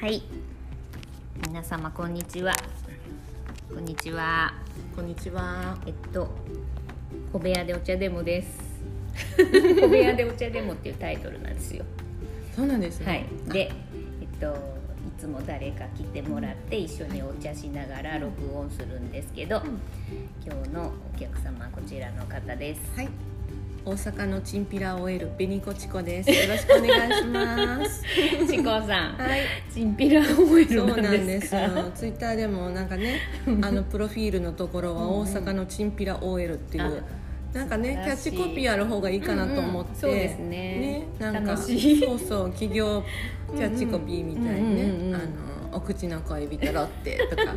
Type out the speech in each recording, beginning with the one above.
はい皆様こんにちはこんにちはこんにちは。えっと小部屋でお茶デモです 小部屋でお茶デモっていうタイトルなんですよそうなんですね。はいでえっといつも誰か来てもらって一緒にお茶しながら録音するんですけど、ん今日のお客様はこちらの方です はい。大阪のチンピラ OL ベニコチコです。よろしくお願いします。ちこさ ん はい。チンピラオイそルうななんんでですすかよ。ツイッターでもなんかね、あのプロフィールのところは大阪のチンピラ OL っていあう。なんかね素晴キャらッしいチコピーある方がいいかなと思って、うんうんそうですねなんか楽しいそうそう企業キャッチコピーみたいにね、うんうんうんうんあのお口の恋人ロッテとか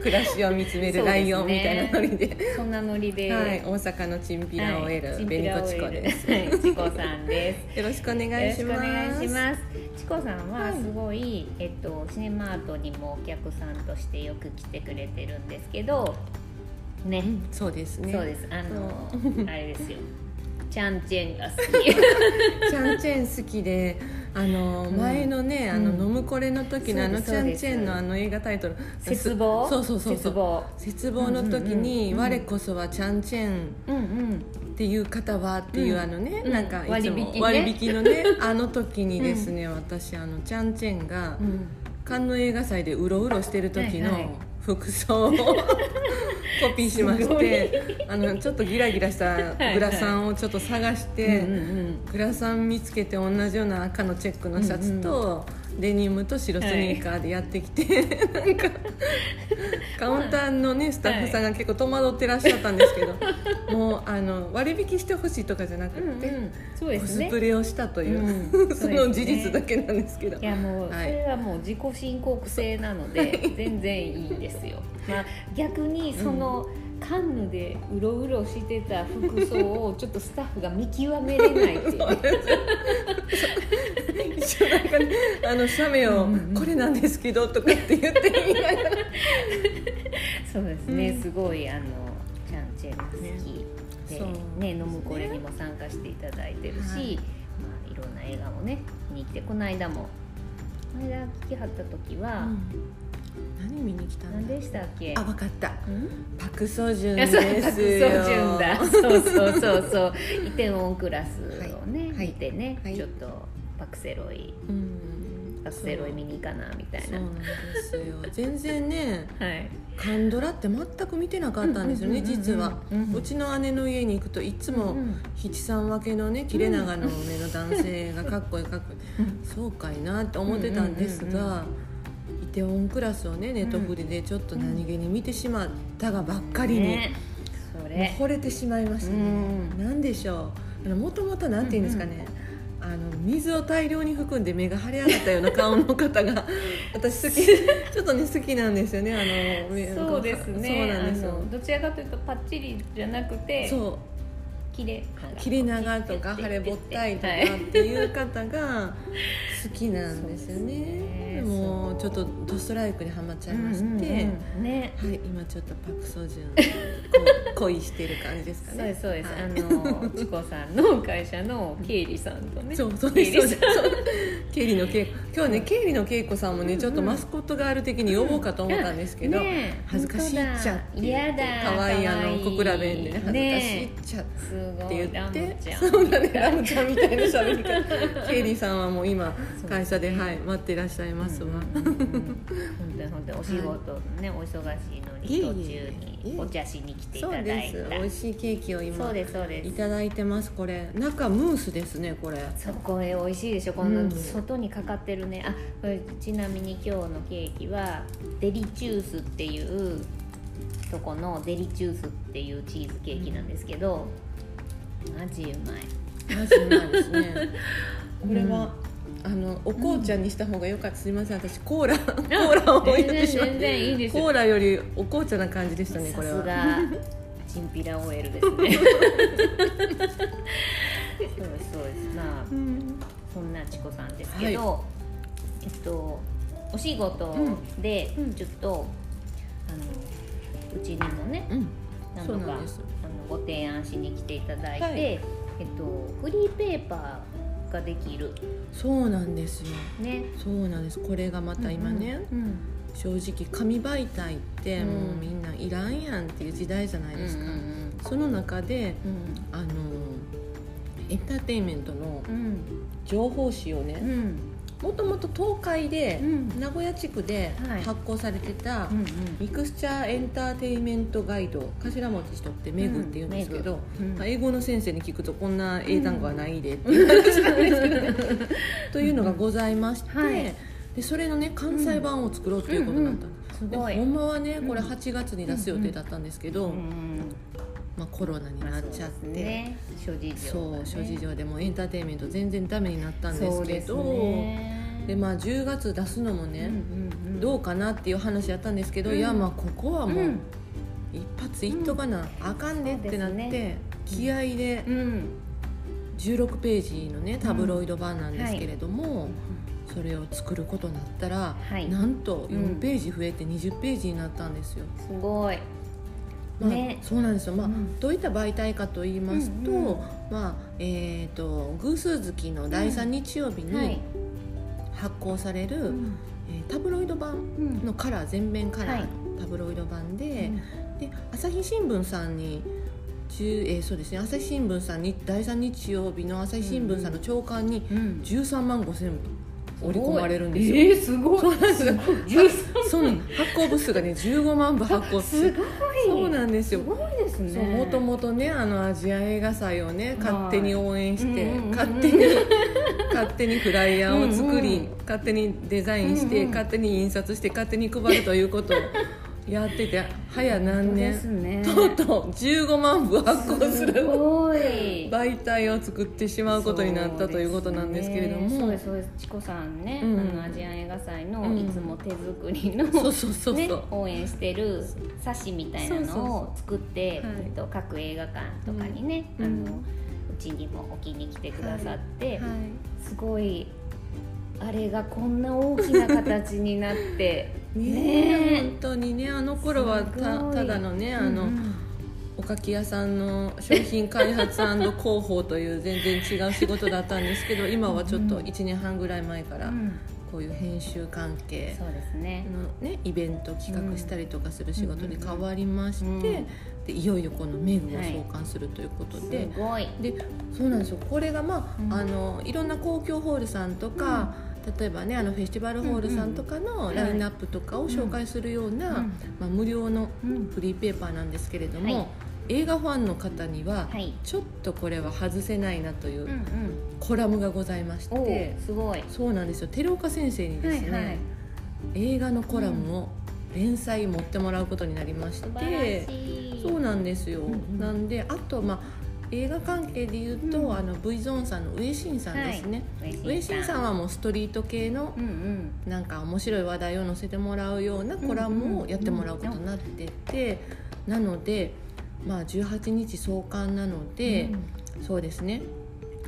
暮らしを見つめるライオンみたいなノリでそんなノリで、はい、大阪のチンピラを得る、はいベニコチコです。す。はいチコさんです。よろしくお願よいろししくおます。願いします。チコさんははいすごい、えっとシネマートにもお客さんとしてよく来てくれてるんですけど、ね、そうですね。そうです。あの あれですよ。チャンチェンが好 チャンチェン好きで、あの、うん前のね、あの、うん飲むこれの時の、あのチそうャでンすチェンのあの映画タイトル。き。絶望。そうそうそうそ絶う。望。絶望の時に、うんうんうんうん我こそはチャンチェンうんうん。っていう方はっていう、うんあのね、うんなんかいつも割引ね割引 のね、あの時にですね、私あのチャンチェンが。うん。カンヌ映画祭でうろうろしてる時はいはいの服装を コピーしましてあのちょっとギラギラしたグラサンをちょっと探して、うんうん。グラサン見つけて同じような赤のチェックのシャツと、デニムと白スニーカーでやってきて、なんかカウンターのねスタッフさんが結構戸惑ってらっしゃったんですけど、もうあの割引してほしいとかじゃなくうて、んうん。そうでコすスね。プレをしたという、うん その事実だけなんですけど。いやもうそはいれはもう自己申告制なので全然いいんです よ、まあ、逆にそのカンヌでうろうろしてた服装をちょっとスタッフが見極めれないっていうね 一緒なんかねあの写メを「これなんですけど」とかって言ってみながらそうですね、うんすごいあのちゃんちゃんが好きでねそうね飲むこれにも参加していただいてるし、はいまあ、いろんな映画もね見に行ってこの間もこの間聞きはった時は、何見に来た何んだでしたっけあわかったうんパク・ソジュンいやでそうすよ白ソジュンだそうそうそうそうイテウォンクラスをね、は見いてね、はいちょっとパクセロイうんパクセロイ見に行かなみたいそうななんですよ全然ねはいカンドラって全く見てなかったんですよねうんうんうんうん実はうんうんうちの姉の家に行くといつもうん七三分けのね切れ長の目の男性がかっこいいかっこいいそうかいなって思ってたんですうんうんうんが「イテウォンクラス」をねネットフリでちょっと何気に見てしまったがばっかりに、ねそもうれ惚れてしまいましたうねん何でしょうあのもともと何て言うんですかね、あの水を大量に含んで目が腫れ上がったような顔の 方が私好きちょっとね好きなんですよねあの目がそうですねそうなんですあよのどちらかというとパッチリじゃなくてそう切れ切れ長とか腫れぼったいとかはっていう方が好きなんですよそうですねね。もうちょっとドストライクにはまっちゃいまして、うんうんうんねはい今ちょっとパクソジュンこう恋してる感じですかそうでね。すそうです、はいあのちこさんの会社の経理さんとねそうそう経で理すさそんうです。経理のけい 今日ね経理のけいこさんもねちょっとマスコットがある的に呼ぼうかと思ったんですけど。ねえ恥ずかしいっちゃって本当だ嫌だ可愛いあ可の愛小倉弁でね恥ずかしいっちゃって。すごってい言ラっムてちゃん そうだねラムちゃんみたいな喋り方ケイリーさんはもう今そう会社でねはい待ってらっしゃいますわ、うんうんうんうん本当に本当にお仕事のね、お忙しいのにいえいえ途中にお茶しに来ていたそだういでたす美味しいケーキをそ今うですそうでいすただいてますこれ中ムースですねこれそこへ美味しいでしょこのうん外にかかってるね、あこれちなみに今日のケーキはデリチュースっていうとこのデリチュースっていうチーズケーキなんですけどマジうまいマジうまいですねこれは、あのお紅茶にした方が良かったすみません私コーラコーラを置い全て然しまっ全然いいですよコーラよりお紅茶な感じでしたねさこれすはがチンピラ OL ですねそうですそうですまあうんそんなチコさんですけど、えっとお仕事でうんうんちょっと、うあのうちにもねうん何そ度うかあなんのですご提案しに来ていただいて、はいえっと、フリーペーパができるそうなんですよねそうなんですこれがまた今ね、うん正直紙媒体ってうんもうみんないらんやんっていう時代じゃなういんうんですか、その中でうんあのエンターテインメントのうん情報誌をねうんもともと東海でう、ん名古屋地区ではい発行されてた、うんミクスチャーエンターテインメントガイド頭文字しとってメグって言うんですけど、うんメグうんまあ英語の先生に聞くとこんな英単語はないでっていう話なんですけどね。 というのがございまして、はいでそれのね関西版を作ろうっていうことになったの、すごいでほんまはねこれうん8月に出す予定だったんですけど、うんまあ、コロナになっちゃって。まあそうですね諸事情そがうね諸事情でもうエンターテインメント全然ダメになったんですけどそうですねでまあ10月出すのもうね、んうんうんどうかなっていう話やったんですけど、うんいやまあここはもううん一発いっとかな、あかんねってなって、そうで気合でうん16ページのねタブロイド版なんですけれども、それを作ることになったら、はいなんとうん4ページ増えて20ページになったんですよ。すごいまあねそうなんですよ、まあうんどういった媒体かと言いますと、うんうんまあえー、と偶数月の第3日曜日はいに発行される、うんえータブロイド版うんのカラー全面カラはーいのタブロイド版で,、で朝日新聞さんに10、えーそうですね、朝日新聞さんに第3日曜日の朝日新聞さんの朝刊にうん13万5千部織り込まれるんですよ。えーすごいそうなんですよ13そうなん発行部数がね15万部発行すごいそうなんですすよごいですそうねもともとねあのアジア映画祭をね勝手に応援して、うんうんうんうん勝手に 勝手にフライヤーを作り、うんうん勝手にデザインしうて、んうん勝手に印刷して勝手に配るということをやってて早何本当です年、ねとうとう15万部発行すするごい媒体を作ってしまうことになったということなんですけれどそうもです,、ね、そうですそうですチコさんね、うんあのアジアン映画祭のうんいつも手作りの、そうそうそうそう、ね、応援してる冊子みたいなそうそうのそを作ってはいえっと各映画館とかにね、うんあうのんうちにも置きに来てくださって、はいすごいあれがこんな大きな形になってねえね本当にねあの頃はすごたいただのねえあの、うんうんおかき屋さんの商品開発広報という全然違う仕事だったんですけど今はちょっとうん1年半ぐらい前からうんこういう編集関係そうですね、の、ね、イベント企画したりとかする仕事に変わりまして、うんうんでいよいよこのメグを創刊するということで。すごいでそうなんですよこれがまあ,、うんあのいろんな公共ホールさんとか、例えばねあのフェスティバルホールさんとかうのんラインナップとかを紹介するような、うんまあ、無料のうんフリーペーパーなんですけれども、はい映画ファンの方には、はいちょっとこれは外せないなといううんうんコラムがございましおおて、すごいそうなんですよ寺岡先生にですね、はいはい映画のコラムを連載持ってもらうことになりまし素晴てら、しいそうなんですよ、うんうんなんであとまあ映画関係で言うと、うんあの V ゾーンさんの上新さんですね、上新さんはもうストリート系のうんうんなんか面白い話題を載せてもらうようなコラムをやってもらうことになってて、なので、まあ、18日創刊なので、そうですね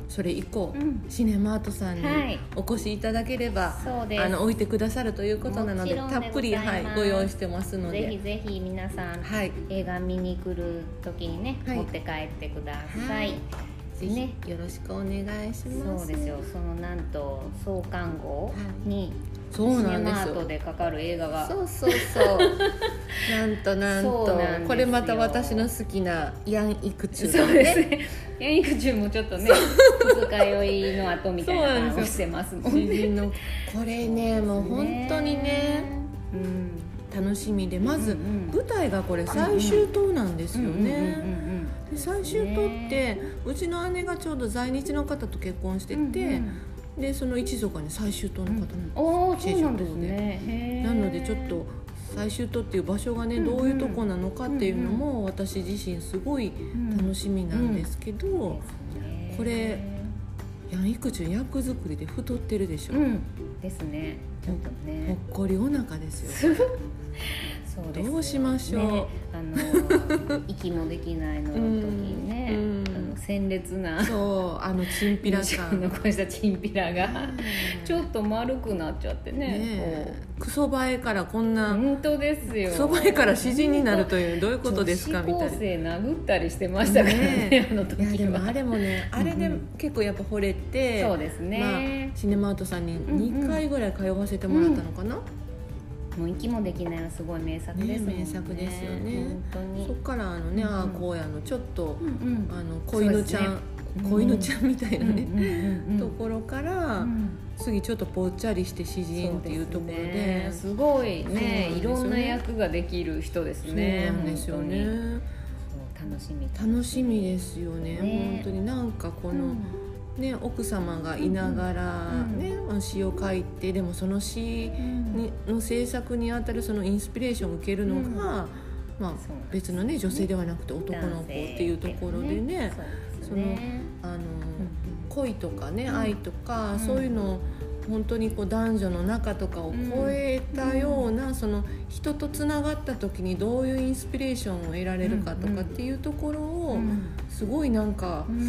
それ以降、うんうんシネマートさんにはいお越しいただければ、そうですあの置いてくださるということなのでもちろたんでございますっぷり、はい、ご用意してますのぜひで。ぜひ皆さんはい映画見に来る時にね、はい持って帰ってくださ、はいいぜひねよろしくお願いしまそす。うですよそのなんと創刊号にそうなんでシネマすートよ。でかかる映画がそうそうそう。なんとなんそとうなんですよこれまた私の好きなヤンイクチュ ウそうですねヤニクチュウもちょっとね二日酔いの後みたいな顔してますもん詩ね人のこれねもう本当にねうん楽しみでまずうんうん舞台がこれ最終島なんですようんね。うんうんうんで最終島ってうちの姉がちょうど在日の方と結婚してうんて、でその一族がね最終島の方なの。おおそうなんですねへーなのでちょっと最終島っていう場所がねうんうんどういうとこなのかっていうのも私自身すごい楽しみなんですけど、これヤンイクチュウ役作りで太ってるでしょ。うほっんですねちょっとねこりお腹ですよ。そうですよどうしましょうねあの息もできないのの時にねうんあの鮮烈なそうあのチンピラ感ね残したチンピラがちょっと丸くなっちゃってねえクソ映えからこんこうな本当ですよクソ映えから詩人になるというどういうことですかみたいな。な女子高生殴ったりしてましたからねねあのいやで時もはあれもねあれで結構やっぱ惚れて、そうですねま、あ、シネマアートさんにうんうん2回ぐらい通わせてもらったのかな、もう息もできないはすごい名作ですもんねね名作ですよね本当そっにからあのね、うんうんああこうやのちょっと、うんうんあの子犬ちゃん、すね子犬ちゃんみたいなうんうんね、うんうんところから、うん次ちょっとぽっちゃりして詩人っていうところでそうすねすごいそうなんですねよねいろんな役ができる人ですねそうなんですよ本ね当に楽しみ楽しみですよねね本当になんかこの、うんね、奥様がいながら、うんね詩を書いてでもその詩にの制作にあたるそのインスピレーションを受けるのが、うんまあ、そうなんです別の、ね、女性ではなくて男の子っていうところでねそうですねあのん恋とか、ね、うん愛とか、うんそういうのを本当にこう男女の仲とかを超えたような、その人とつながった時にどういうインスピレーションを得られるかとかっていうところを、うんすごいなんか。うん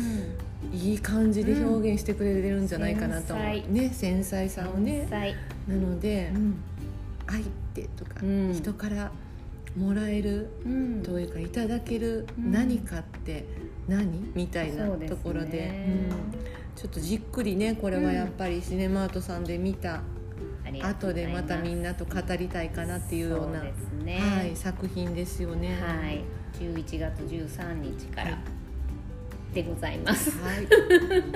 いい感じで表現してくれてるんじゃないかなと思う、うんね繊細さをね繊なので細うん「愛って」とか、うん人からもらえるうんというかいただけるうん何かって何、みたいなそうですとねころでうんちょっとじっくりねこれはやっぱりシネマートさんで見たありがとうござ後でいまたみんなと語りたいかなっていうようなそうですねはい、作品ですよね。はい、11月13日からでございます。はい、いやでも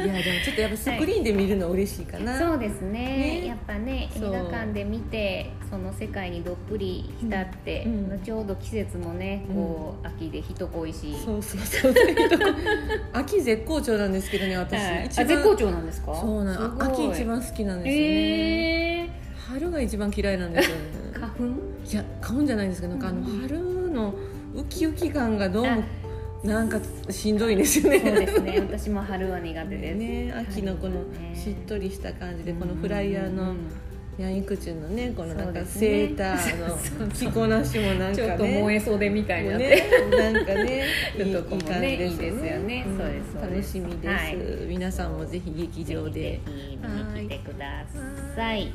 ちょっとやっぱスクリーンで見るの嬉しいかな。そうですねねやっぱね映そう画館で見てその世界にどっぷり浸って、うんうんちょうど季節もねこう、秋で人恋しいそうそうそう。 秋絶好調なんですけどね、私。はい、あ一番絶好調なんですかそうなの。すご秋い一番好きなんですよね。え春が一番嫌いなんです よね。ー、花粉いや、買うんじゃないんですけど、なんかあうのん春のウキウキ感がどうもあなんかしんどいんですよね。そうですね私も春は苦手です、 ね、秋のこの春はねしっとりした感じで、このフライヤうーんうのんヤンイクチュンのね、このなそんうかですねセー タそうーそうの着こなしもなんかね、ちょっと燃え袖みたいになって、ね、なん かね、ちょっとこいいこも感ねじですよいいでね。すよねそうですそうです楽しみです、はい皆さんもぜひ劇場でぜ。ひぜひ見に来てください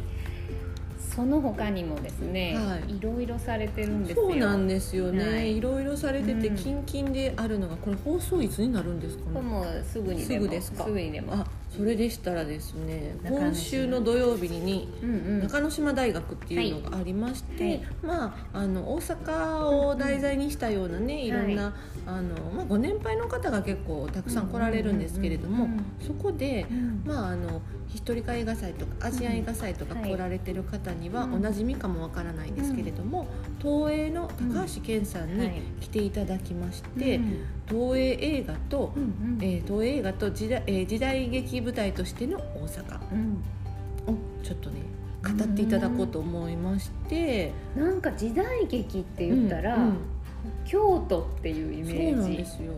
その他にもですね、、はいろいろされてるんですよそうなんですよね。はいい、ろいろされてて、うんキンキンであるのが、これ放送いつになるんですかこれね。もうすぐにでもすぐですかぐにでもあ、それでしたらですね、中之島今週の土曜日に。うんうん中之島大学っていうのがありまして、はいまあ、あの大阪を題材にしたようなねいろんな、あのまあ、ご年配の方が結構たくさん来られるんですけれども、うんうんそこでうんまあ、あのヒストリカ映画祭とかアジア映画祭とかうんはい来られてる方にはうんおなじみかもわからないんですけれども、東映の高橋健さんうんはにい来ていただきまして、うん東映映画と、うんうんえー東映映画と時代,、えー時代劇舞台としての大阪うんをちょっとね語っていただこうと思いまして、なんか時代劇って言ったら、うん京都っていうイうんメそうなんーでジすよ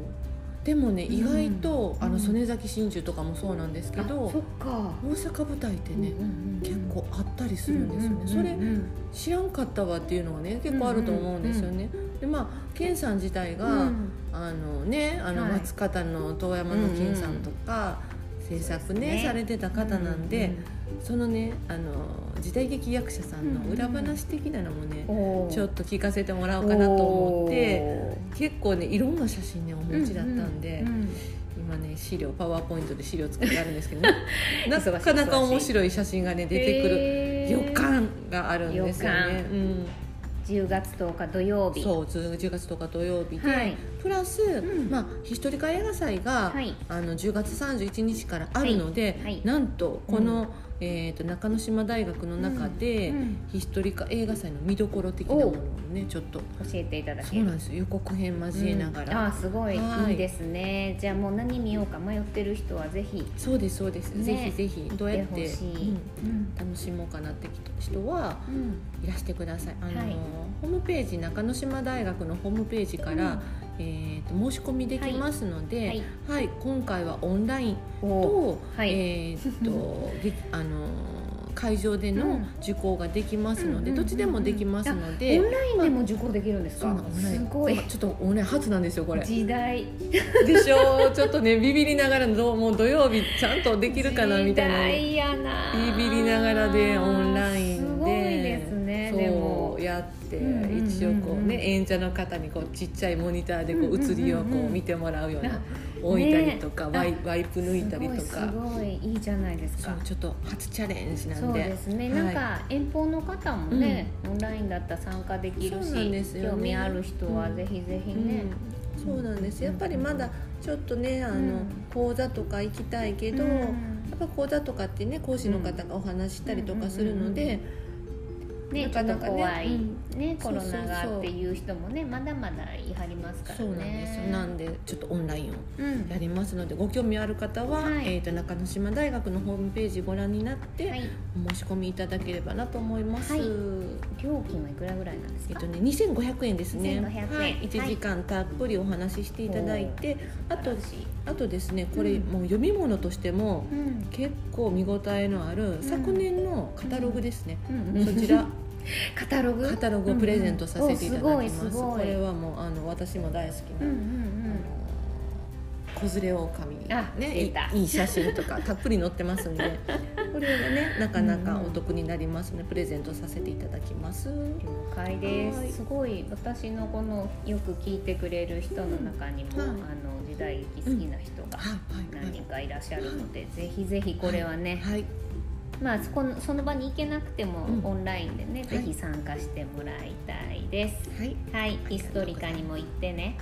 でもね意外と、うんあうのん曽根崎真珠とかもそうなんですけど、あそっか、大阪舞台ってね、うんうんうん結構あったりするんですよね、ううそれうんうん知らんかったわっていうのがね結構あると思うんですよね。でまあ健さん自体が、うんあのねあのはい松方の遠山の健さんとか、制作そうねですねされてた方なんで、そのねあの時代劇役者さんのうんうん裏話的なのもね、うんうんおーちょっと聞かせてもらおうかなと思って。おー結構ねいろんな写真ねお持ちだったんで、うううん今ね資料パワーポイントで資料作ってあるんですけど、ね、な忙しいかなか面白い写真がね出てくるへー予感があるんですよね予。うん、 10月10日土曜日そう10月10日土曜日で、はいプラス、んまあ、ヒストリカ映画祭が、はいあの10月31日からあるので、はいはいなんとこの、えー、と中之島大学の中で、うんうんヒストリカ映画祭の見どころ的なものをねちょっと教えていただけそうなんですよ予告編交えながうんあら、ーすごいはいいいですねじゃあもう何見ようか迷ってる人はぜひそうですそうです、ねぜひぜひどうや行っっててほしいうん楽しもうかなって人はいらしてくださいあの、はいホームページ中之島大学のホームページから、えー、と申し込みできますので、はいはい、今回はオンラインおーと、はい えーっと劇あのー会場でうのん受講ができますうので、んうんうんうんどっちでもできますので、オンラインでも受講できるんですそうかなんですすねごいちょっとオンライン初なんですよこれ時代でしょちょっとねビビりながらどうもう土曜日ちゃんとできるかなみたいな時代やなビビりながらでオンライすンごいでですねでそもうやって、うんうんうんうん一応こうね演者の方にこうちっちゃいモニターでこうんううんうんうん映りをこう見てもらうような置いたりとか、ねワイワイプ抜いたりとすかごいすごいいいじゃないですそかうちょっと初チャレンジなそんうでですね、はいなんか遠方の方もね、オンラインだったら参加できるそし、うなんですよね興味ある人はぜひぜひね、うんそうなんですやっぱりまだちょっとねあの、うん講座とか行きたいけど、やっぱ講座とかってね講師の方がお話ししたりとかするので、ねなちょかっとなかね怖い、ねそコうそロうそうナがっていう人もねまだまだ言い張りますからねそうなんですなんでちょっとオンラインをうんやりますのでご興味ある方は、はいえー、と中之島大学のホームページご覧になって、はい、お申し込みいただければなと思います。はいえ料金はいくらぐらいなんですっか、とね、2500円ですね、 2500円はい、1時間たっぷりお話ししていただいて、あとあとですねこれ、うんもう読み物としてもうん結構見応えのある昨年のカタログですね、うんうんそちらカタログカタログをプレゼントさせていただきまうんす,、うんおすごいすごいこれはもうあの私も大好きうな、んうんあの子連れ狼あ出ねたいいいい写真と かたっぷり載ってますんでこれがねなかなかお得になりますのでプレゼントさせていただきますうん了解です、はいすごい私のこのよく聞いてくれる人の中にも、うんはあいの時代劇好きな人がはいはいは何人いかいらっしゃるので、ぜひぜひこれはね、はいまあそこのその場に行けなくても、うんオンラインでね、いぜひ参加してもらいたいですはいはいヒストリカにも行って ね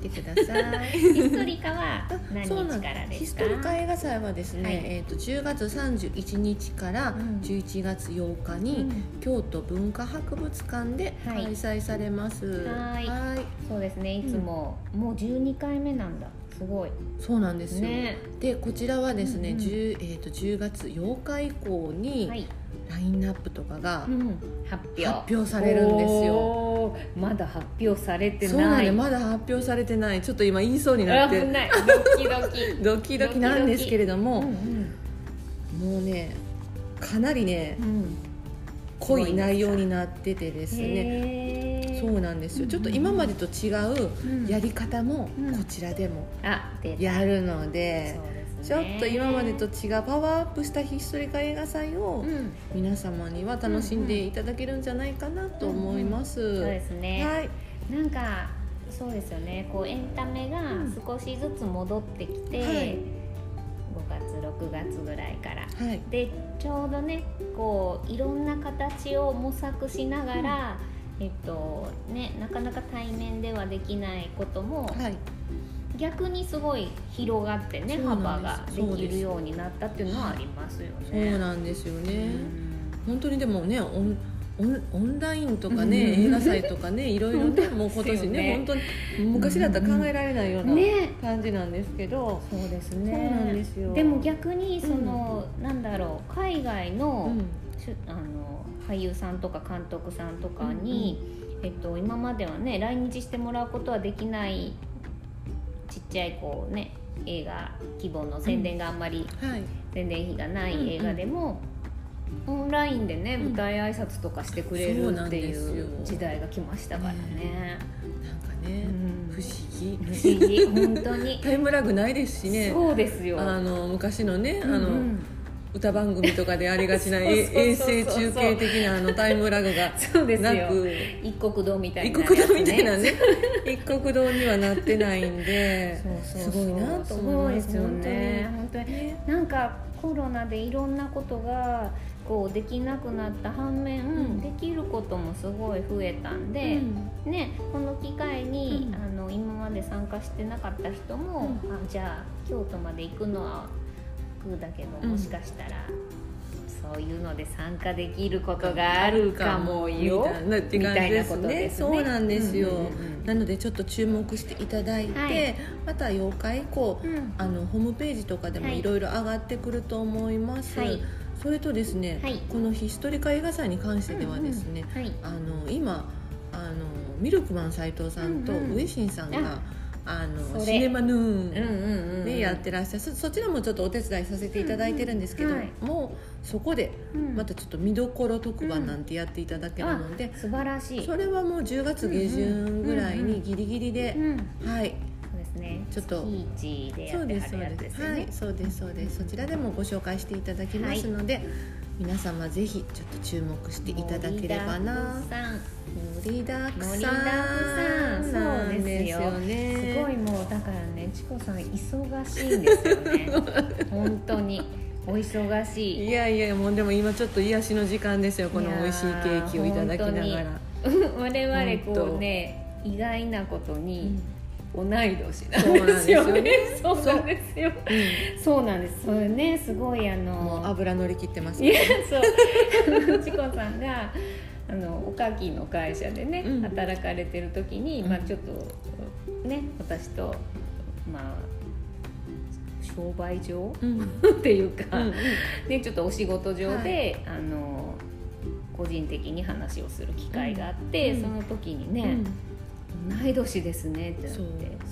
来てくださ いヒストリカは何そうな日んからでヒすスかトリカ映画祭はですね、はいえー、と10月31日からうん11月8日に、うん京都文化博物館では開い催されます。はいはいそうですねいつも、もう12回目なんだすごいそうなんですよ。ねでこちらはですね、うんうん10えっ、と10月8日以降はにい、ラインナップとかがうん、発表発表されるんですよ。おーまだ発表されてそうなんないでまだ発表されてない。ちょっと今言いそうになあっ危てないドキド キドキドキなんですけれどうも、んもうねかなりねうんうん濃い内容になっててですね。へーそうなんですうよ。んちょっと今までと違ううんやり方もうんこちらでもあ出たやるのそで。うですちょっねと今までと違うパワーアップしたヒストリカ映画祭をうん皆様には楽しんでいただけるんじゃないかなと思います。そうですね、はい、なんかそうですよねこうエンタメがうん少しずつ戻ってきて、はい5月6月ぐらいからはい、でちょうどねこういろんな形を模索しながら、えっとね、なかなか対面ではできないことも、はい、逆にすごい広がってねそうな幅んですがでそうきでするようになったっていうのはありますよね。そうなんですよね。うん本当にでもね、オンオンオンラインとかうんね、映画祭とかね、いろいろね、もう今年ね、本本当に昔だったら考えられないようなね感じなんですけど、そうですそうねなんですよ。でも逆にその、なんだろう海外うの,ん、しゅ、あの俳優さんとか監督さんとかに、えっと、今まではね来日してもらうことはできないちっちゃいこうね映画規模の宣伝があんまり、はい、宣伝費がなうんうんい映画でも。オンラインでねうん舞台挨拶とかしてくれそうるなんってでいすよう時代が来ましたからね。なんかね、うん不思議。不思議本当 に、タイムラグないですしね。そうですよ。あの昔のね、あのうんうん歌番組とかでありがち なそうそうそうそうえ衛星中継的なあのタイムラグがそうですよなく一国堂みたい一な、国堂みたいな。ね 一国堂にはなってないんでそうそうそうすごいなと思いますすごいですよね。本当に本当にねなんかコロナでいろんなことがこうできなくなった反面、うんできることもすごい増えたんで、ねこの機会に、うあんの今まで参加してなかった人も、あじゃあ京都まで行くのは空だけど、うんもしかしたら。そういうので参加できることがあるかもよみたいなって感じですねそうなんですよ、うんうんなのでちょっと注目していただいて、はいまた8日以降、うんうんあのホームページとかでもはいいろいろ上がってくると思います、はいそれとですね、はいこのヒストリカ映画祭に関してではですね、うんうんはいあの今あのミルクマン斉藤さんとうんうん上新さんが、ああのそれシネマヌーン、うんうんうんうんね、やってらっしゃるそそちらもちょっとお手伝いさせていただいてるんですけど、うんはいもうそこでうんまたちょっと見どころ特番なんてやっていただけるので、素晴らしいそれはもう10月下旬ぐらいにギリギリでう、ん、はいそうですねちょっと月一でやそうってではすそるうやつでですす、よはねいそうですそうですそちらでもご紹介していただきますので、皆様ぜひちょっと注目していただければな盛りだくさん盛りだくさん盛りだくさんなですよそうねすごいもうだからねチコさん忙しいんですよね 本当にお忙しいいやいやもうでも今ちょっと癒しの時間ですよこの美味しいケーキをいただきいながやら。我々こうね意外なことに同い年なんですよねそうなんですよそうなんですそれねすごいあもうの油乗り切ってますいやそうチコさんがあのおかきの会社でね、うん働かれてる時に、うんまあちょっとね私とまあ商売 上うんっていうか、うんねちょっとお仕事上で、あの個人的に話をする機会があって、うんその時にうねん「同い年ですね」ってなって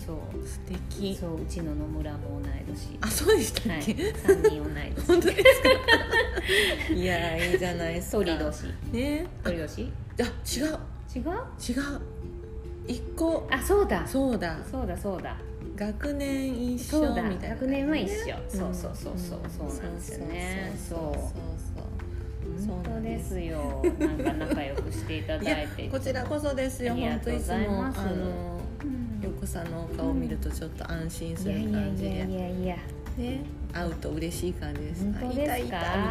そう素そう敵そううちの野村も同い年。あそうでしたはっい、け、 3人同い年本 当ですかいやいいじゃないですか鳥年ね鳥年あ違う違う違う一個あそうだそそうだうだそうだ学年一緒そうだみたいな学年は一緒、うんそうそうそうそうそうなんですよねそうそうそうそうそう本そうな当んでですすよなんか仲良くしていたいやだいてこちらこそですよありが本とう当いごつざいもあますのうんよこさんのお顔を見るとちょっと安心すいるやいや感じいやでいやいやね会うと嬉しい感じです本当ですかあいたいたみ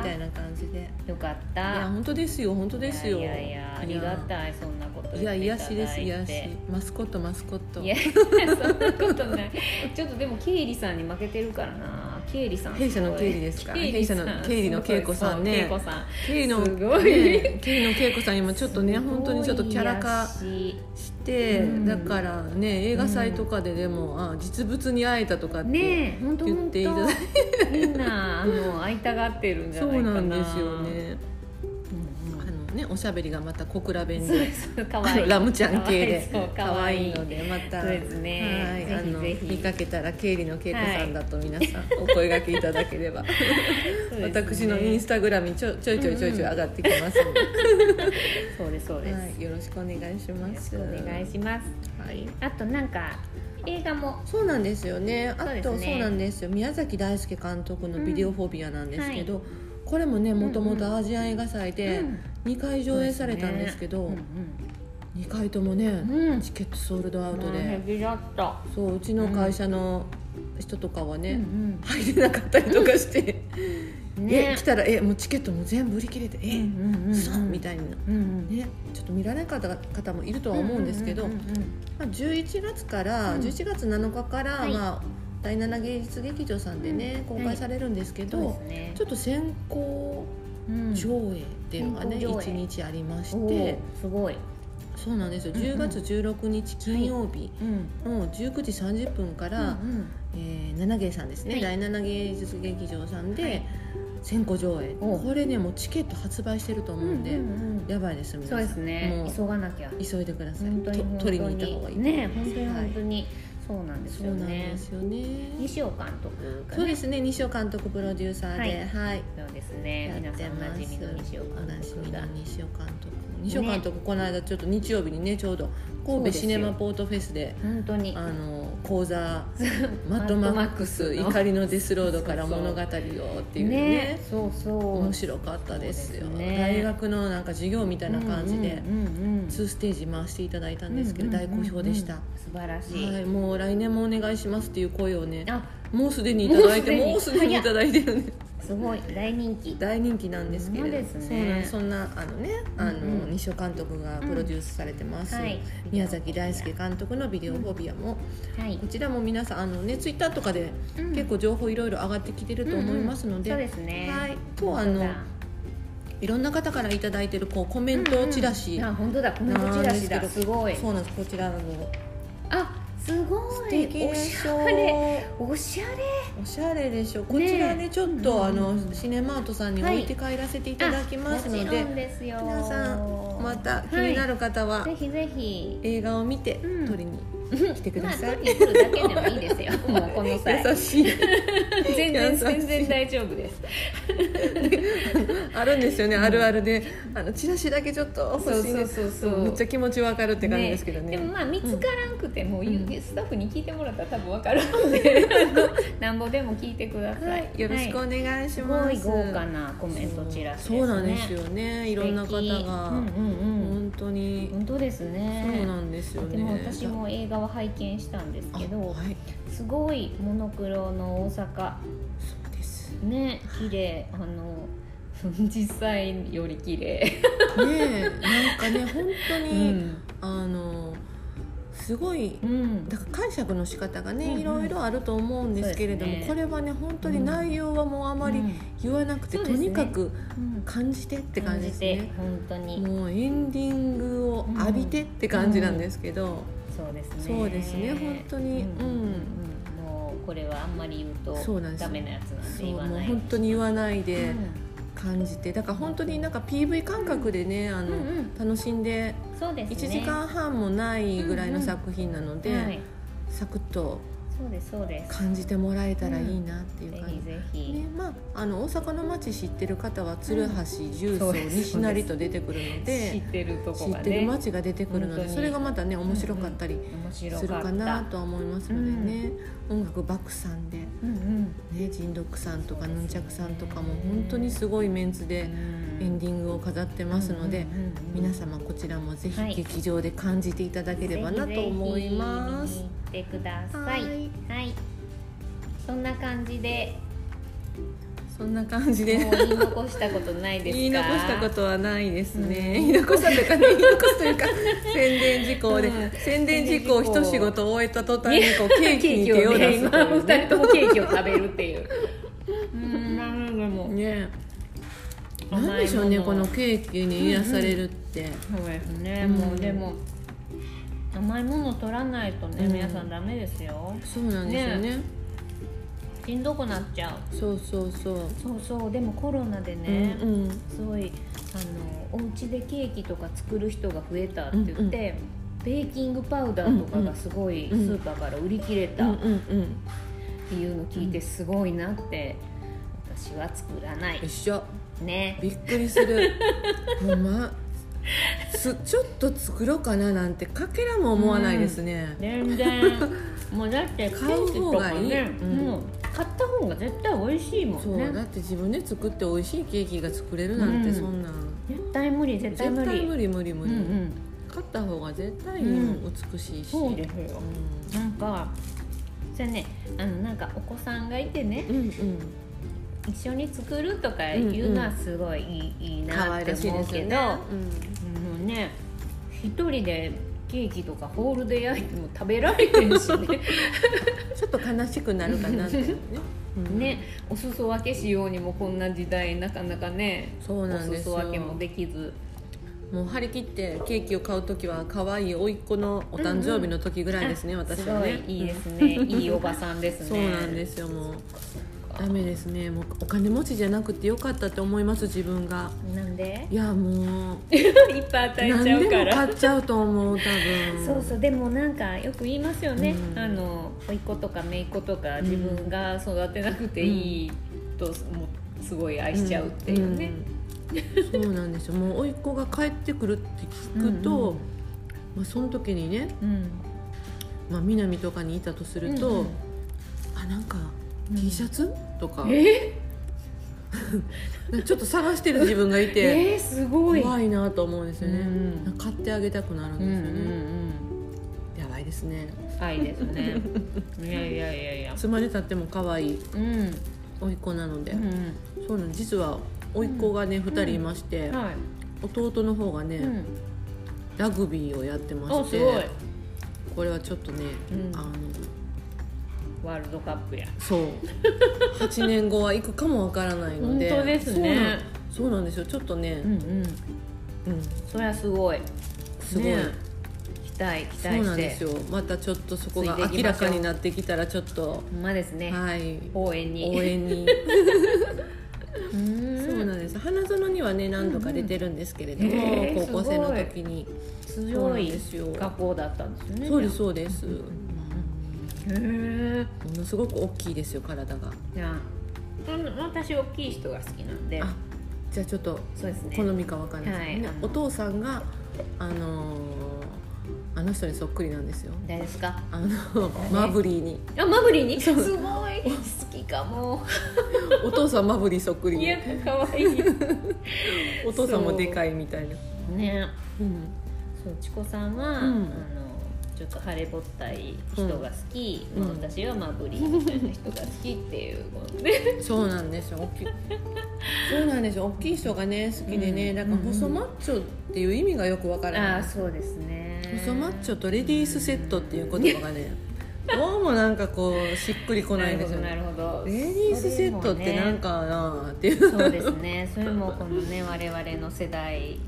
たいな感じでいよかっやた本当ですよ本当ですよいやいやいやありがたいそんなこと言っていいたやだいて癒しです 癒しマスコットマスコットいやそんなことないちょっとでも経理さんに負けてるからな経理さんすごい弊社の経理ですか経理さん弊社の経理の恵子さんねすごいそう恵子さんケイのすごいねケイの恵子さん今ちょっとねすごい本当にちょっとキャラ化癒しして、うんだからね映画祭とかででも、あ実物に会えたとかって、ねえ本当言本っ当ていただいみんなあの会いたがってるんじゃそないうかななんですよねうんあうんのねおしゃべりがまた小倉弁そうでそう 可愛いラムちゃん系可愛いでそう可可愛愛いいのでまたそうですねはぜいひぜひあの見かけたら経理の恵子さんだと皆さんお声掛けいただければ、 そうですね私のインスタグラムにちょちょいちょいちょいちょい上がってきます そので、うですそうです、はい、よろしくお願いしますよろしくお願いしますはいあとなんか映画もそうなんですよね。あそうですとねそうなんですよ。宮崎大輔監督のビデオフォビアなんですけど、これもねもともとアジアン映画祭でうん2回上映されたんですけど、うん2回ともね、うん、うんチケットソールドアウトもうヘで、ビだったそううちの会社の人とかはね、うん入れなかったりとか して、うん、え来たらえもうチケットも全部売り切れてえ、うんうんうんうんそうみたいな。うんうんね、ちょっと見られなかった方もいるとは思うんですけど、うんうんうんうんまあ、11月から、うん11月7日から、はいまあ、第7芸術劇場さんでね、うん公開されるんですけど、そうですねちょっと先行うん上映っていうのがね、先行上映1日ありましおてーすごい、そうなんですようんうん10月16日金曜日うん、の19時30分から、うんえー七芸さんですね、はい第7芸術劇場さんで、はい先行上映おこれねもうチケット発売してると思うんで、うんうんうんやばいです皆そさうんですねもう急がなきゃ急いでください本当にと本当取りに行った方がいいと思いねます本当にはい本当に、そうなんですそうよなんねですよね。西尾監督がそうでねすね、西尾監督プロデューサーで、はい、そうですねや皆っさてんおなます。じみの西尾監おなじみ督がの西尾監督。西尾監督、この間ちょっと日曜日にね、ちょうどそう神戸ですよシネマポートフェスで。本当にあの 講座マッドマックス怒りのデスロードからそうそう物語をっていうねねそうそう面白かったですよそうですね大学のなんか授業みたいな感じでうんうんうん2ステージ回していただいたんですけどうんうんう大ん好評でした、素晴らしい、はい、もう来年もお願いしますっていう声をねあもうすでにいただいてももううすすででににいただいてる んですごい大人気大人気なんですけれどほんまですねそうなんそんなあのねあの、うんうん西尾監督がプロデュースされてます、はい宮崎大輔監督の「ビデオフォビアも」はいこちらも皆さんあのねツイッターとかでうん結構情報いろいろ上がってきてると思いますので、うんうんそうですねはいとあの本いろんな方からいただいてるこうコメン当だトチラうシ、んうんあ本当だコメントチラシなんだですけすどごいそうなんですこちらのあすごい素敵でしょおしゃれおしゃれおしゃれでしょこちらねねちょっと、うんあのシネマートさんに置いて帰らせていただきますのあもで,、ちろんですよ皆さんまた気になる方ははい、ぜひぜひ映画を見てうん撮りに来てくださいまあ、取りに来るだけでもいいです よもうこの際優しい全然優しい全然大丈夫です あるんですよね、あるあるであのチラシだけちょっと欲しいんですそうそうそうそうめっちゃ気持ちわかるって感じですけどねでもまあ見つからんくても、言ううんスタッフに聞いてもらったら多分わかるの であのなんぼでも聞いてください、はい、よろしくおはい願いしすまごす。い豪華なコメントチラシです、ね、そうなんですよね。いろんな方が、素敵うんうんうん本当に、本当ですねそうなんですよね。でも私も映画は拝見したんですあけどはい、すごいモノクロの大阪そうです。ね綺麗あの 実際より綺麗ねえ、なんかね本当うに、あのすごい。うんだから解釈の仕方がね、うんうんいろいろあると思うんですけれども、そうですねこれはね本当に内容はもうあまりうん言わなくて、そうとですねにかくうん感じてって感じです感ねて本当にもうエンディングを浴びてって感じなんですけど、そうですねそうですね本当にうんうんもうこれはあんまり言うとそうなんですダメなやつなんそでう言わもうない本当に言わないでう感じてだから本当になんか PV 感覚でねあんうの、んうん楽しんでそうですね1時間半もないぐらいの作品なので、はいサクッとそうですそうです感じてもらえたらいいなっていうぜ感じ、ひぜひ、ねまあ、あの大阪の街知ってる方は鶴橋、重そ曹うです西成と出てくるの知でってると知こがっねてる街が出てくる本ので当にそれがまたね面白かったり面白するかかったなとは思いますのでね、音楽バクさんで、ね、うん人読さんとかそうですねヌンチャクさんとかも本当にすごいメンツうでんエンディングを飾ってますので。うんうんうんうん皆様こちらもぜはひい劇場で感じていただければなと思いまぜす。ひぜひ見に行ってください。ははいい。そんな感じ で、そんな感じもうで言い残したことないですか。言い残したことはないですね。うん言い残した というかね言い残すというか宣伝事項で、うん宣伝事項を一仕事終えた途端にこうケケーーキにキ手をを出ね、すと今い二うね人ともケーキを食べるっていう。うん、なんかもう。ねなんでしょうねこのケーキに癒されるって。そうですね、うんもうでも甘いもの取らないとね、うん皆さんダメですよそうなんですよねしんどくなっちゃうそうそうそう。そうそうでもコロナでね、うんうんすごいあのお家でケーキとか作る人が増えたって言って、うんうんベーキングパウダーとかがすごいスうんうんーパーから売り切れうたんっうんうん。ていうの聞いてすごいなって私は作らない一緒。ねびっくりするもうますちょっと作ろうかななんてかけらも思わないですね、全然もうだってケーキとか買う方がいいねうんもう買った方が絶対美味しいもそんう、ねだって自分で作って美味しいケーキが作れるなんて、うんそんなん絶対無理絶絶対対無無理理無理無理うんうん買った方が絶対う美しいし、そうですよなんかそれねあのなんかお子さんがいてねうん、うんうん一緒に作るとかいうのはすごいいい,、いい可なっ愛てらしい思でうすけよどね、もうね一人でケーキとかホールで焼いても食べられてるしね うんちょっと悲しくなるかなっていうねう んねお裾分けしようにもこんな時代なかなかねそうなんおです裾よ分けもできずもう張り切ってケーキを買う時は可愛い甥っ子のお誕生日の時ぐらいですね、あ私はねすごいいいですね、いいおばさんですね そうなんですすよもうダメですねもうお金持ちじゃなくてよかったって思います自分が なんでいやもういっぱい与え何ちゃうかでもら買っちゃうと思う多分そうそうでもなんかよく言いますよね、うんあの甥っ子とか姪っ子とかん自分が育てなくていいと、もうすごい愛しちゃうっていうね、うんうんそうなんですよもう甥っ子が帰ってくるって聞くと、うんうんまあ、その時にね、うんまあ、南とかにいたとすると、うんうんあなんかうん T シャツ、とかえちょっと探してる自分がいてえー、すごい怖いなと思うんですよね、うんなんか買ってあげたくなるんうでんうんすよね、うんやばいですね愛ですねいやいやいや いや生まれたっても可愛いうん、うん甥っ子なので、そうなん実は甥っ子がね、二2人いまして、はい、弟の方がね、うん、ラグビーをやってまあしすてごいこれはちょっとね、うんあのワールドカップやそう8年後は行くかもわからないので本当ですねそうなんそうなんですよちょっとねう、んうんうんそりゃすごいすごい、ね期待期そう待なしんてですよまたちょっとそこがついてい明きまらしょうかになってきたらちょっと、ほんまですねはい応援に 応援にうんそうなんです花園にははね何度か出てるんですけれども、へえ高校生のすごい時にそう強なんいですよ学校だったんですよねそうですそうです、へえものすごく大きいですよ体が私大きい人が好きなんであじゃあちょっとそうですね好みかわかんないですけど、はいお父さんがあのーあの人にそっくりなんですよ誰ですかあの、マブリーにあマブリーにすそうごい好きかもお父さんマブリーそっくりいにや可愛いお父さんもでかいみたいなねうんそうチコさんは、うんあのちょっと腫れぼったい人が好き、うんまあ私はマブリーみたいな人が好きっていうことでそうなんですよ大きいそうなんですよ大きい人がね好きでね、うんだから細マッチョっていう意味がよくわからあなあいそうですね細マッチョとレディースセットっていう言葉 がねどうもなんかこうしっくりこないんですよなねるほどなるほどレディースセットってなんかなあっていうそれもねそうですねそれもこのね我々の世代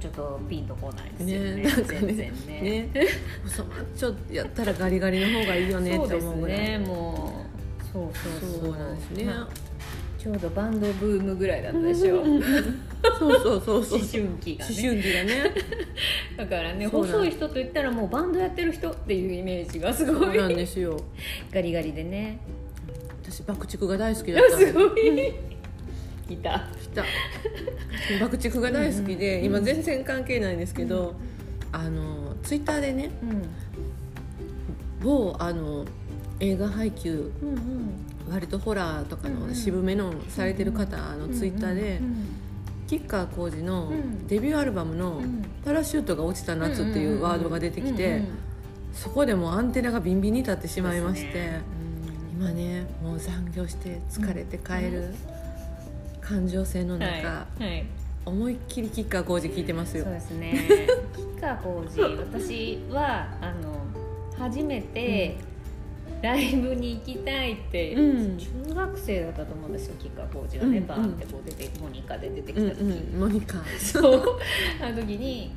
ちょっとピンとこないですよねねなんか全ね然ねね細マッチョやったらガリガリの方がいいよねそうってです思うぐらいねもうそうそうそそううなんですね、まあちょうどバンドブームぐらいだったでしょそうそうそ うそう思春期が思ね春期 だねだからねそうなん細い人といったらもうバンドやってる人っていうイメージがすそごうなんいですよガリガリでね私爆竹が大好きだったんですすごいギター来た爆竹が大好きで、今全然関係ないんですけど、あのツイッターでねうん某あの映画配給うんうん割とホラーとかうんうのん渋めのされてる方のツイッターで吉川晃司のうんデビューアルバムのうん「パラシュートが落ちた夏」っていうワードが出てきうんてうんうんそこでもうアンテナがビンビンに立ってしまいましそうですてねうん今ねもう残業して疲れて帰うるん感情性はのい中はい思いっきり吉川晃司聞いてますそうよ。ですね吉川晃司私はあの初めてライブに行きたいって、うん中学生だったと思うんですよ吉川晃司がね、うんバーンってこう出てモニカで出てきうんたう時、ん、モニカ。そうあの時に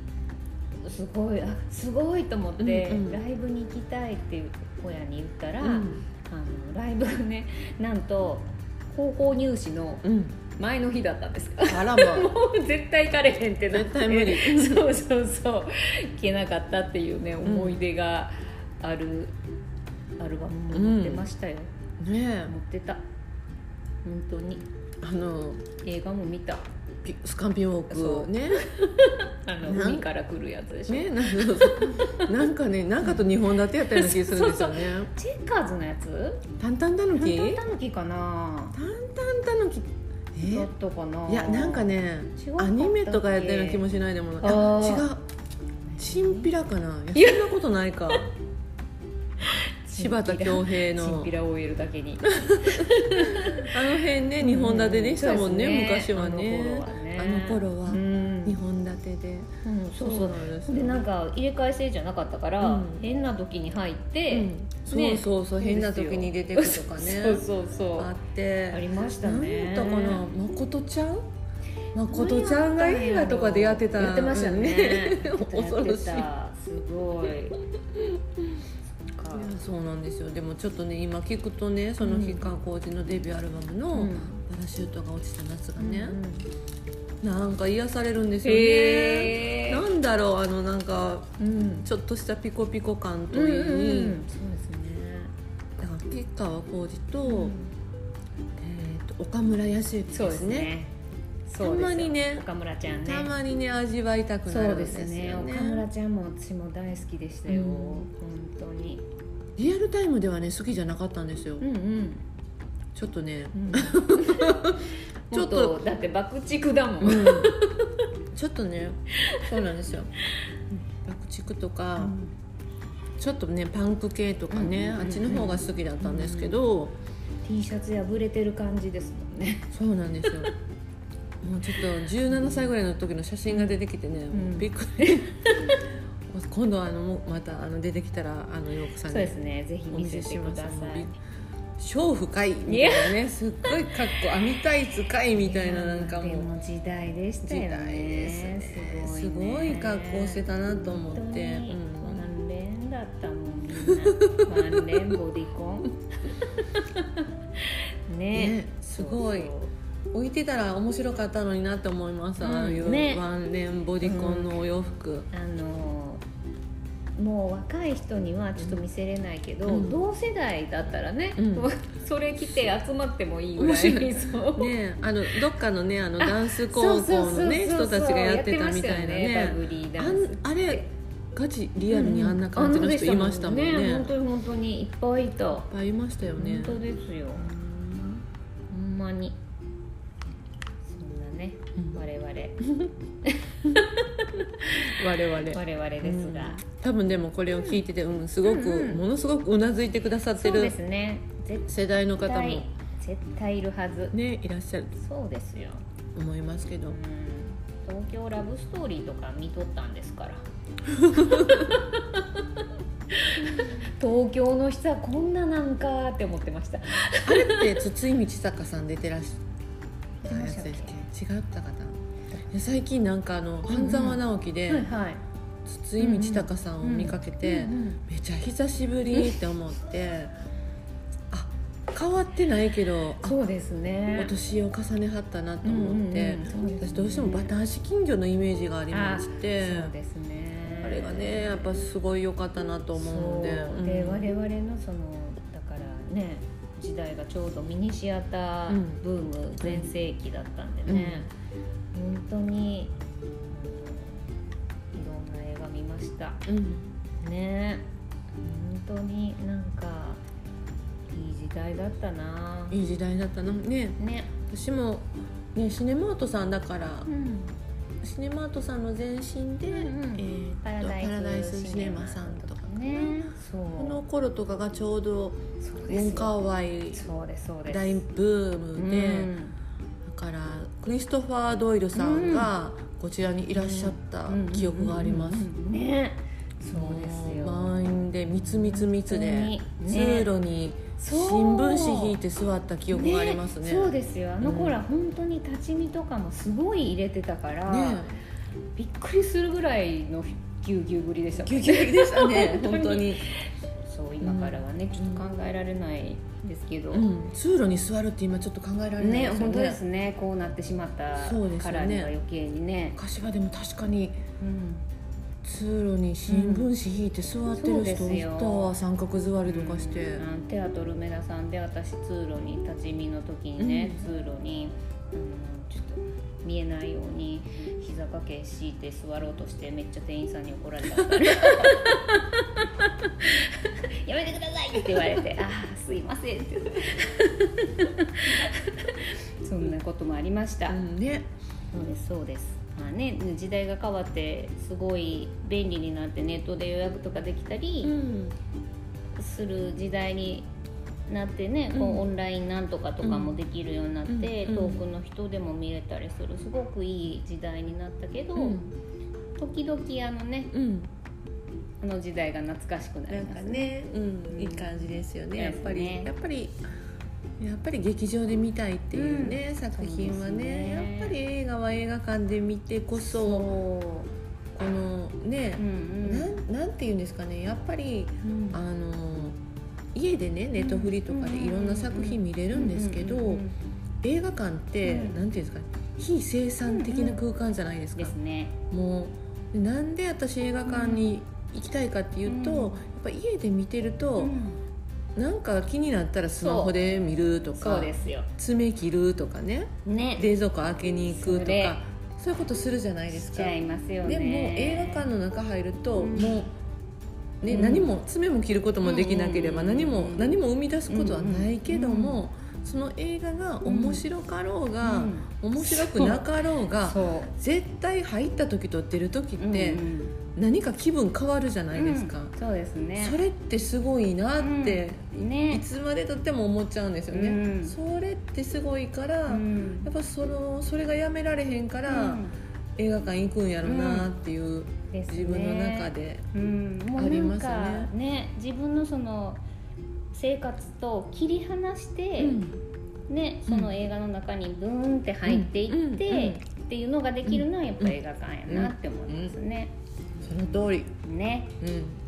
すごいあすごいと思って、うんうんライブに行きたいって親に言ったら、うんあのライブがねなんと高校入試のうん、前の日だったんですかあ らま。もう絶対行かれへんってなって絶対無理そうそうそう行けなかったっていうね思い出がある、アルバム持ってましたよ、ね持ってた本当にえ、あの、映画も見たピスカンピンウォーそク。ね、あのなん海から来るやつでしょ、ね、なんか、なんかね、なんかと日本立てやったような気がするんですよね。チェッカーズのやつタンタンタヌタンキ。タンタンタヌキかなタンタヌキ。だっえたかないいや、なんかね違う、かったっアけニメとかやったような気もしないでもない。ああー違う。チンピラかな。いや、そんなことない か。柴田恭平チンのピ。ラ OL だけにあの辺ね、日本立てでしたもんね、うんそうです昔はね。あの頃はねあの頃はうん日本立てで。うんそうそうなんですよでなんか入れ替え制じゃなかったから、うん変な時に入って、そうそうそう、ね変な時に出てくとかね そうそうそうああってりましたねなんだったかな誠ちゃん誠ちゃんが映画とかでやってたやってましたね 恐ろしいやってたすごいそっかいやそうなんですよでもちょっとね今聞くとねそのうん氷川浩司のデビューアルバムのう「んパラシュートが落ちた夏」がうね、んなんか癒されるんですよね、へーなんだろうあのなんかうんちょっとしたピコピコ感とうんうんいい、うんそうですねだから吉川浩司うと,、んえーと岡村康之そうですねそうですよたまにね岡村ちゃんねたまにね味わいたくなそるうんでですすよねね岡村ちゃんも私も大好きでしたよ、うん本当にリアルタイムではね好きじゃなかったんですよ、うんうん ちょっとね、ちちょょっっととだって爆竹だもん、うん ちょっとねそうなんですよ爆竹とか、ちょっとねパンク系とかうんね、うんうんうんあっちの方が好きだったんですけど、 T シャツ破れてる感じですもんねそうな んですよもうちょっと17歳ぐらいの時の写真が出てきてね、んもうびっくり 今度はあのもうまたあの出てきたらあの洋子さそんうにですねぜひお見見せせてしくますださい超深いみたいなねすっごいかっこ網タイツかいみたいななんかでもうも時代でした時よね代ですねすごいごねい格好してたなと思っ本当て、にうんワンレンだったもんみんなワンレンボディコンね ねすごいそうそう置いてたら面白かったのになって思います、うんああいうねワンレンボディコンのお洋服、あのもう若い人にはちょっと見せれないけど、うん同世代だったらね、うんそれ着て集まってもいいぐら面白いいそう ねあのどっかのねあのダンスそ高うそう校そうのねそう人たちがやってたみたいなやってましたよねバねブリーダあンスんあれガチリアルにあんな感じの人いましたもんね,、うい本っ当に本当にいっぱいいた、ぱいいましたよね本当ですよほんまにそんなねうん我々我々我々ですが、うん多分でもこれを聞いてて、うん、すごく、うんうんものすごくうなずいてくださっそてうでるすね絶世代の方対も絶対いるはずねいらっしゃるそうですよと思いますけどうん東京ラブストーリーとか見とったんです から東京の人はこんななんかーって思ってましたあれって筒井道坂さん出てらっしゃったやつ出てでますっけ違ったかないや最近なんかあの半沢直樹で、はい筒井道隆さんを見かけて、うんうんめちゃ久しぶりって思ってあ変わってないけどあそうですねお年を重ねはったなと思って、うんうんうんそうですね私どうしてもバタ足金魚のイメージがありましそてうですねあれがねやっぱすごい良かったなと思うんでそううんで我々のそのだからね時代がちょうどミニシアタうんーブーム全盛期だったんでね、本当にあのいろんな映画見ましたうんね本当になんかいい時代だったないい時代だったなねね、私もねシネマートさんだから、ん、シネマートさんの前身で、うんうんえーとパラダイスシネマさんとかねそうこの頃とかがちょうどそうウでォンすカよーワイそうですそうです大ブームで、だからクリストファー・ドイルさんがこちらにいらっしゃった記憶がありますうんうんうんうんねそうですよ満員で密密密で、本当にね通路に新そう聞紙引いて座った記憶がありますねそうねですよあの頃は本当に立ち見とかもすごい入れてたから、びっくりするぐらいのぎゅうぎゅうぶりでしたもんぎゅうぎゅうでし たね本本当当にに、そう今からはね、ちょっと考えられないですけど、うん、通路に座るって今ちょっと考えられないねですよ本当ねですねこうなってしまったそうですかよねらには余計にね柏でも確かにうん通路に新聞紙引いて座ってうんそうるで人すいよたわ、三角座りとかして、うんテアトルメダさんで私通路に立ち見の時にね、通路に、うん、ちょっと見えないように膝掛け敷いて座ろうとしてめっちゃ店員さんに怒ら れたことあるやめてくださいって言われて「ああすいません」って言ってそんなこともありました、うんねそうですそうですまあね時代が変わってすごい便利になってネットで予約とかできたり、んする時代になってね、こうんうオンラインなんとかとかもできるようになって、うんうん遠くの人でも見れたりするすごくいい時代になったけど、うん時々あのねうんあの時代が懐かしくななりんまかすね、ううんん、いい感じですよね。そうやでっすぱねり、やっぱり、やっぱり劇場で見たいっていうね、作品はそうですねねやっぱり映画は映画館で見てこそ、このねう、んなん、なんていうんですかね、やっぱり、うんあの。家でね、ネットフリとかでいろんな作品見れるんですけど、うううんうん映画館って、うんなんていうんですかね、非生産的な空間じゃないですか。ですねもうなんで私映画館に行きたいかっていうと、うんやっぱ家で見てると、うんなんか気になったらスマホで見るとそうかですよ爪切るとかねね冷蔵庫開けに行くとそれかそういうことするじゃないですしかちゃいでますよもね映画館の中入ると、うんもう、ねうん何も爪も切ることもできなければ、うん何も何も生み出すことはないけども、その映画が面白かろうが、面白くなかろううんがそ絶対入った時と出る時っうてうんうん何か気分変わるじゃないですか、うんそうですねそれってすごいなって、うんねいつまでとっても思っちゃうんですよね、うんそれってすごいから、うんやっぱそのそれがやめられへんから、うん映画館行くんやろなっていう、ですね自分の中で、うん、もうありなんますかよね自分のその生活と切り離して、うんね、うんその映画の中にブーンって入っていって、うんうんうんっていうのができるのはやっぱ映画館やなって思いますね。その通りね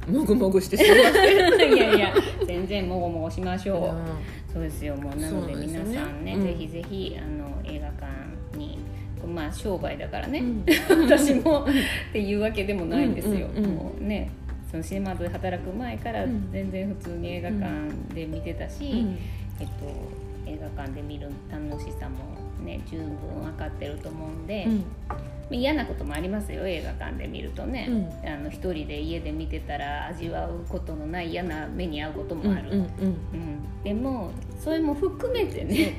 うんもぐもぐしてしまいましいやいや全然もごもごしましょう、 たそうですよもうなのでそうなんです皆よねさんねうんぜひぜひあの映画館にまあ商売だからね、うん私もっていうわけでもないんですよ、うんうんうんもうねそのシネマズで働く前からうん全然普通に映画館で見てたし、うんえっと、映画館で見る楽しさもね十分分かってると思うんで、うん嫌なこともありますよ映画館で見るとね、うあの一人で家で見てたら味わうことのない嫌な目に遭うこともある、うんうんうん、でもそれも含めてねうんひ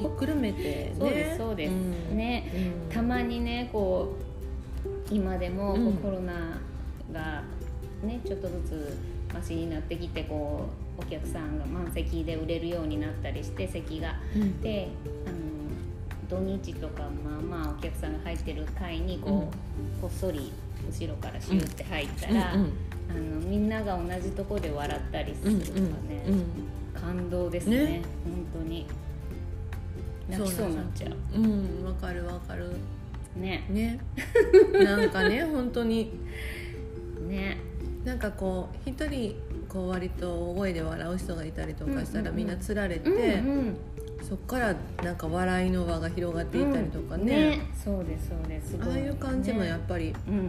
そっくるめてねうそうです そうです、んねうんたまにねこう今でもこううんコロナがねちょっとずつマシになってきてこうお客さんが満席で売れるようになったりして席がうんであの土日とかまあまあお客さんが入ってる階にこう、うんこっそり後ろからシューって入ったら、うんあのみんなが同じとこで笑ったりすうるんとかね、うんうん感動ですねね本当に泣きそうになっちゃううんわかるわかるね ねなんかね本当にねなんかこう一人こう割と大声で笑う人がいたりとかしうんたうんらうんみんなつられて、うんうんそっからなんか笑いの輪が広がっていったりとかね,、そうですそうですすごああいう感じもやっねぱりうんうん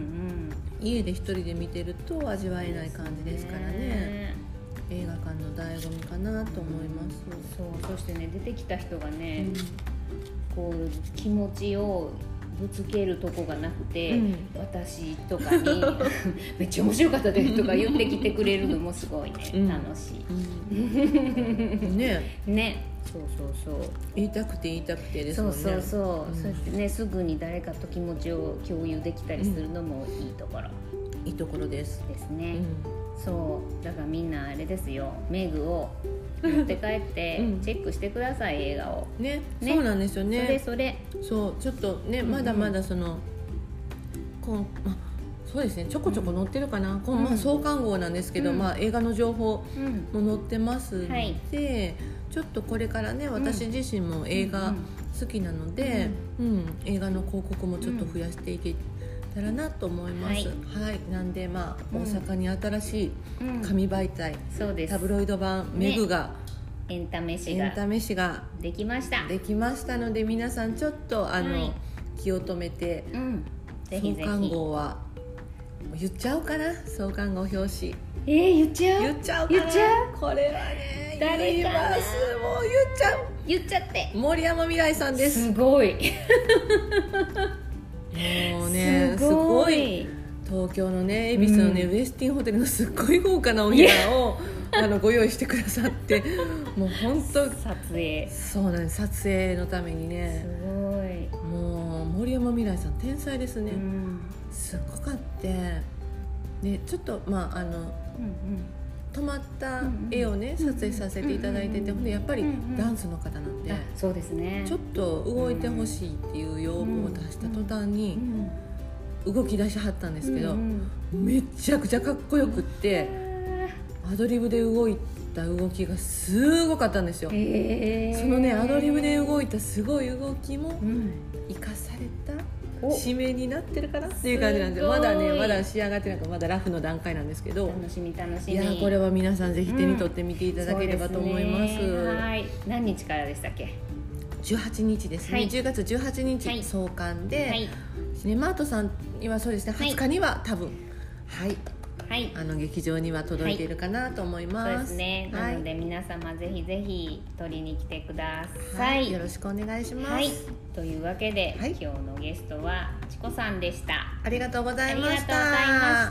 家で一人で見てると味わえない感じですからねね映画館の醍醐味かなと思います、そうそしてね出てきた人がうね、こう気持ちをぶつけるとこがなくて、うん私とか に「めっちゃ面白かったです」とか言ってきてくれるのもすごいね、うん楽し んねいねそうそうそう言いたくて言いたくてですそもんうねそうそう、うんそうやってねすぐに誰かと気持ちを共有できたりするのもいいところいいところです、ですうね、んそうだからみんなあれですよメグを持って帰って うんチェックしてください映画を、ねねそうなんですよねそれそれそうちょっとねまだまだその、こんまあそうですねちょこちょこ載ってるかな、こんまうんあ、創刊号なんですけど、うんまあ、映画の情報うんも載ってますので、はいちょっとこれからね私自身も映う画ん好きなので、うん映画の広告もちょっと増やしていけたらなと思います、うはい、なんでまあうん大阪に新しいうん紙媒体、そうですタブロイド版「メグが、エンタメ誌エンがタメ誌ができましたできましたので皆さんちょっとあの、はい気を止めてうんぜひ創ぜ刊ひ号はもう言っちゃおうかな創刊号表紙えー、言っちゃ言うっちゃおうかな言っちゃこれはね誰言いかなますもう言っちゃ言っちゃってう森山未来さんですすごいもうねすごい東京のね恵比寿のね、うんウェスティンホテルのすっごい豪華なお部屋をあのご用意してくださってもう本当撮影すそうなんです撮影のためにねごい、もう森山未来さん天才ですね、うんすごかってでちょっとまああのうん泊まったうんうん絵をね、撮影させていただいてうんうんて、うんほんでやっぱりうんうんダンスの方なんうんで、あそうですねちょっと動いてほしいっていう要望を出した途端にうん動き出しはったんですけど、うんうんめちゃくちゃかっこよくってアドリブで動いた動きがすごかったんですよ、えーそのねアドリブで動いたすごい動きもうん生かされたお締めになってるかなっていう感じなんですすよごいまだねまだ仕上がってなんかまだラフの段階なんですけど楽しみ楽しみいやこれは皆さんぜひ手に取って見ていただければと思います,、そうですねはい何日からでしたっけ18日ですね、はい10月18日、はい創刊で、はいシネマートさんにはそうですねはい20日には多分はい、はいあの劇場には届いているかなと思いそうま、ですすね、はいなので皆様ぜひぜひ取りに来てくだはさい、いよろしくお願いします、はい、というわけで、はい今日のゲストはチコさんでしたありがとうござあいりがまとうございしまた